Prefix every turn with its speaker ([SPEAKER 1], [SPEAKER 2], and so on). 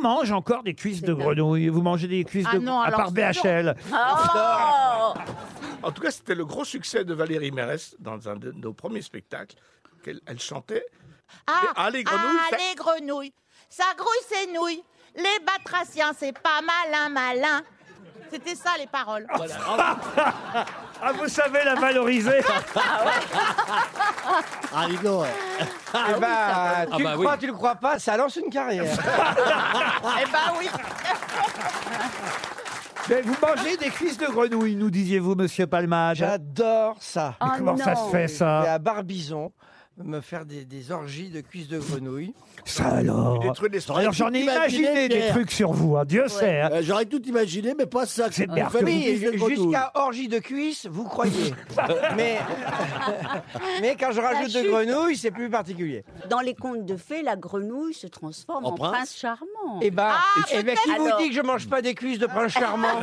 [SPEAKER 1] mange encore des cuisses de grenouille Vous mangez des cuisses
[SPEAKER 2] Ah
[SPEAKER 1] de
[SPEAKER 2] non,
[SPEAKER 1] à part
[SPEAKER 2] alors,
[SPEAKER 1] BHL.
[SPEAKER 2] Oh
[SPEAKER 3] En tout cas, c'était le gros succès de Valérie Mérès dans un de nos premiers spectacles. qu'elle- elle chantait.
[SPEAKER 2] Ah,
[SPEAKER 3] Ah, les grenouilles,
[SPEAKER 2] ah,
[SPEAKER 3] ça-
[SPEAKER 2] les grenouilles, ça grouille ses nouilles. Les batraciens, c'est pas malin, malin. C'était ça les paroles.
[SPEAKER 1] Ah, vous savez la valoriser
[SPEAKER 4] Ah, dis donc, ouais.
[SPEAKER 5] Eh ben, tu
[SPEAKER 6] Ah
[SPEAKER 5] le
[SPEAKER 6] bah oui.
[SPEAKER 5] crois, tu le crois pas, ça lance une carrière.
[SPEAKER 2] Eh ben oui.
[SPEAKER 1] Mais vous mangez des cuisses de grenouille, nous disiez-vous, monsieur Palmade.
[SPEAKER 5] J'adore ça.
[SPEAKER 2] Ah
[SPEAKER 1] Mais comment ça se fait,
[SPEAKER 5] Et
[SPEAKER 1] ça
[SPEAKER 5] à Barbizon, me faire des, des orgies de cuisses de grenouille.
[SPEAKER 1] Ça alors
[SPEAKER 3] Des trucs, des trucs.
[SPEAKER 1] Alors j'en ai
[SPEAKER 4] Imaginez,
[SPEAKER 1] imaginé des
[SPEAKER 4] Pierre.
[SPEAKER 1] trucs sur vous, hein, Dieu sait. hein.
[SPEAKER 4] Euh, J'aurais tout imaginé, mais pas ça.
[SPEAKER 1] C'est
[SPEAKER 4] qu'on
[SPEAKER 1] bien
[SPEAKER 4] fait
[SPEAKER 1] que
[SPEAKER 4] des
[SPEAKER 1] vous
[SPEAKER 5] Oui,
[SPEAKER 4] cuisses de
[SPEAKER 5] ju-
[SPEAKER 4] grenouille.
[SPEAKER 5] jusqu'à orgie de cuisses, vous croyez. mais, mais quand je rajoute de
[SPEAKER 7] chute.
[SPEAKER 5] grenouille, c'est plus particulier.
[SPEAKER 7] Dans les contes de fées, la grenouille se transforme
[SPEAKER 4] En
[SPEAKER 7] en,
[SPEAKER 4] prince
[SPEAKER 7] prince. charmant.
[SPEAKER 5] Eh ben,
[SPEAKER 2] Ah,
[SPEAKER 5] eh ben, qui
[SPEAKER 7] peut-être.
[SPEAKER 5] vous
[SPEAKER 7] Alors.
[SPEAKER 5] dit que je mange pas des cuisses de prince charmant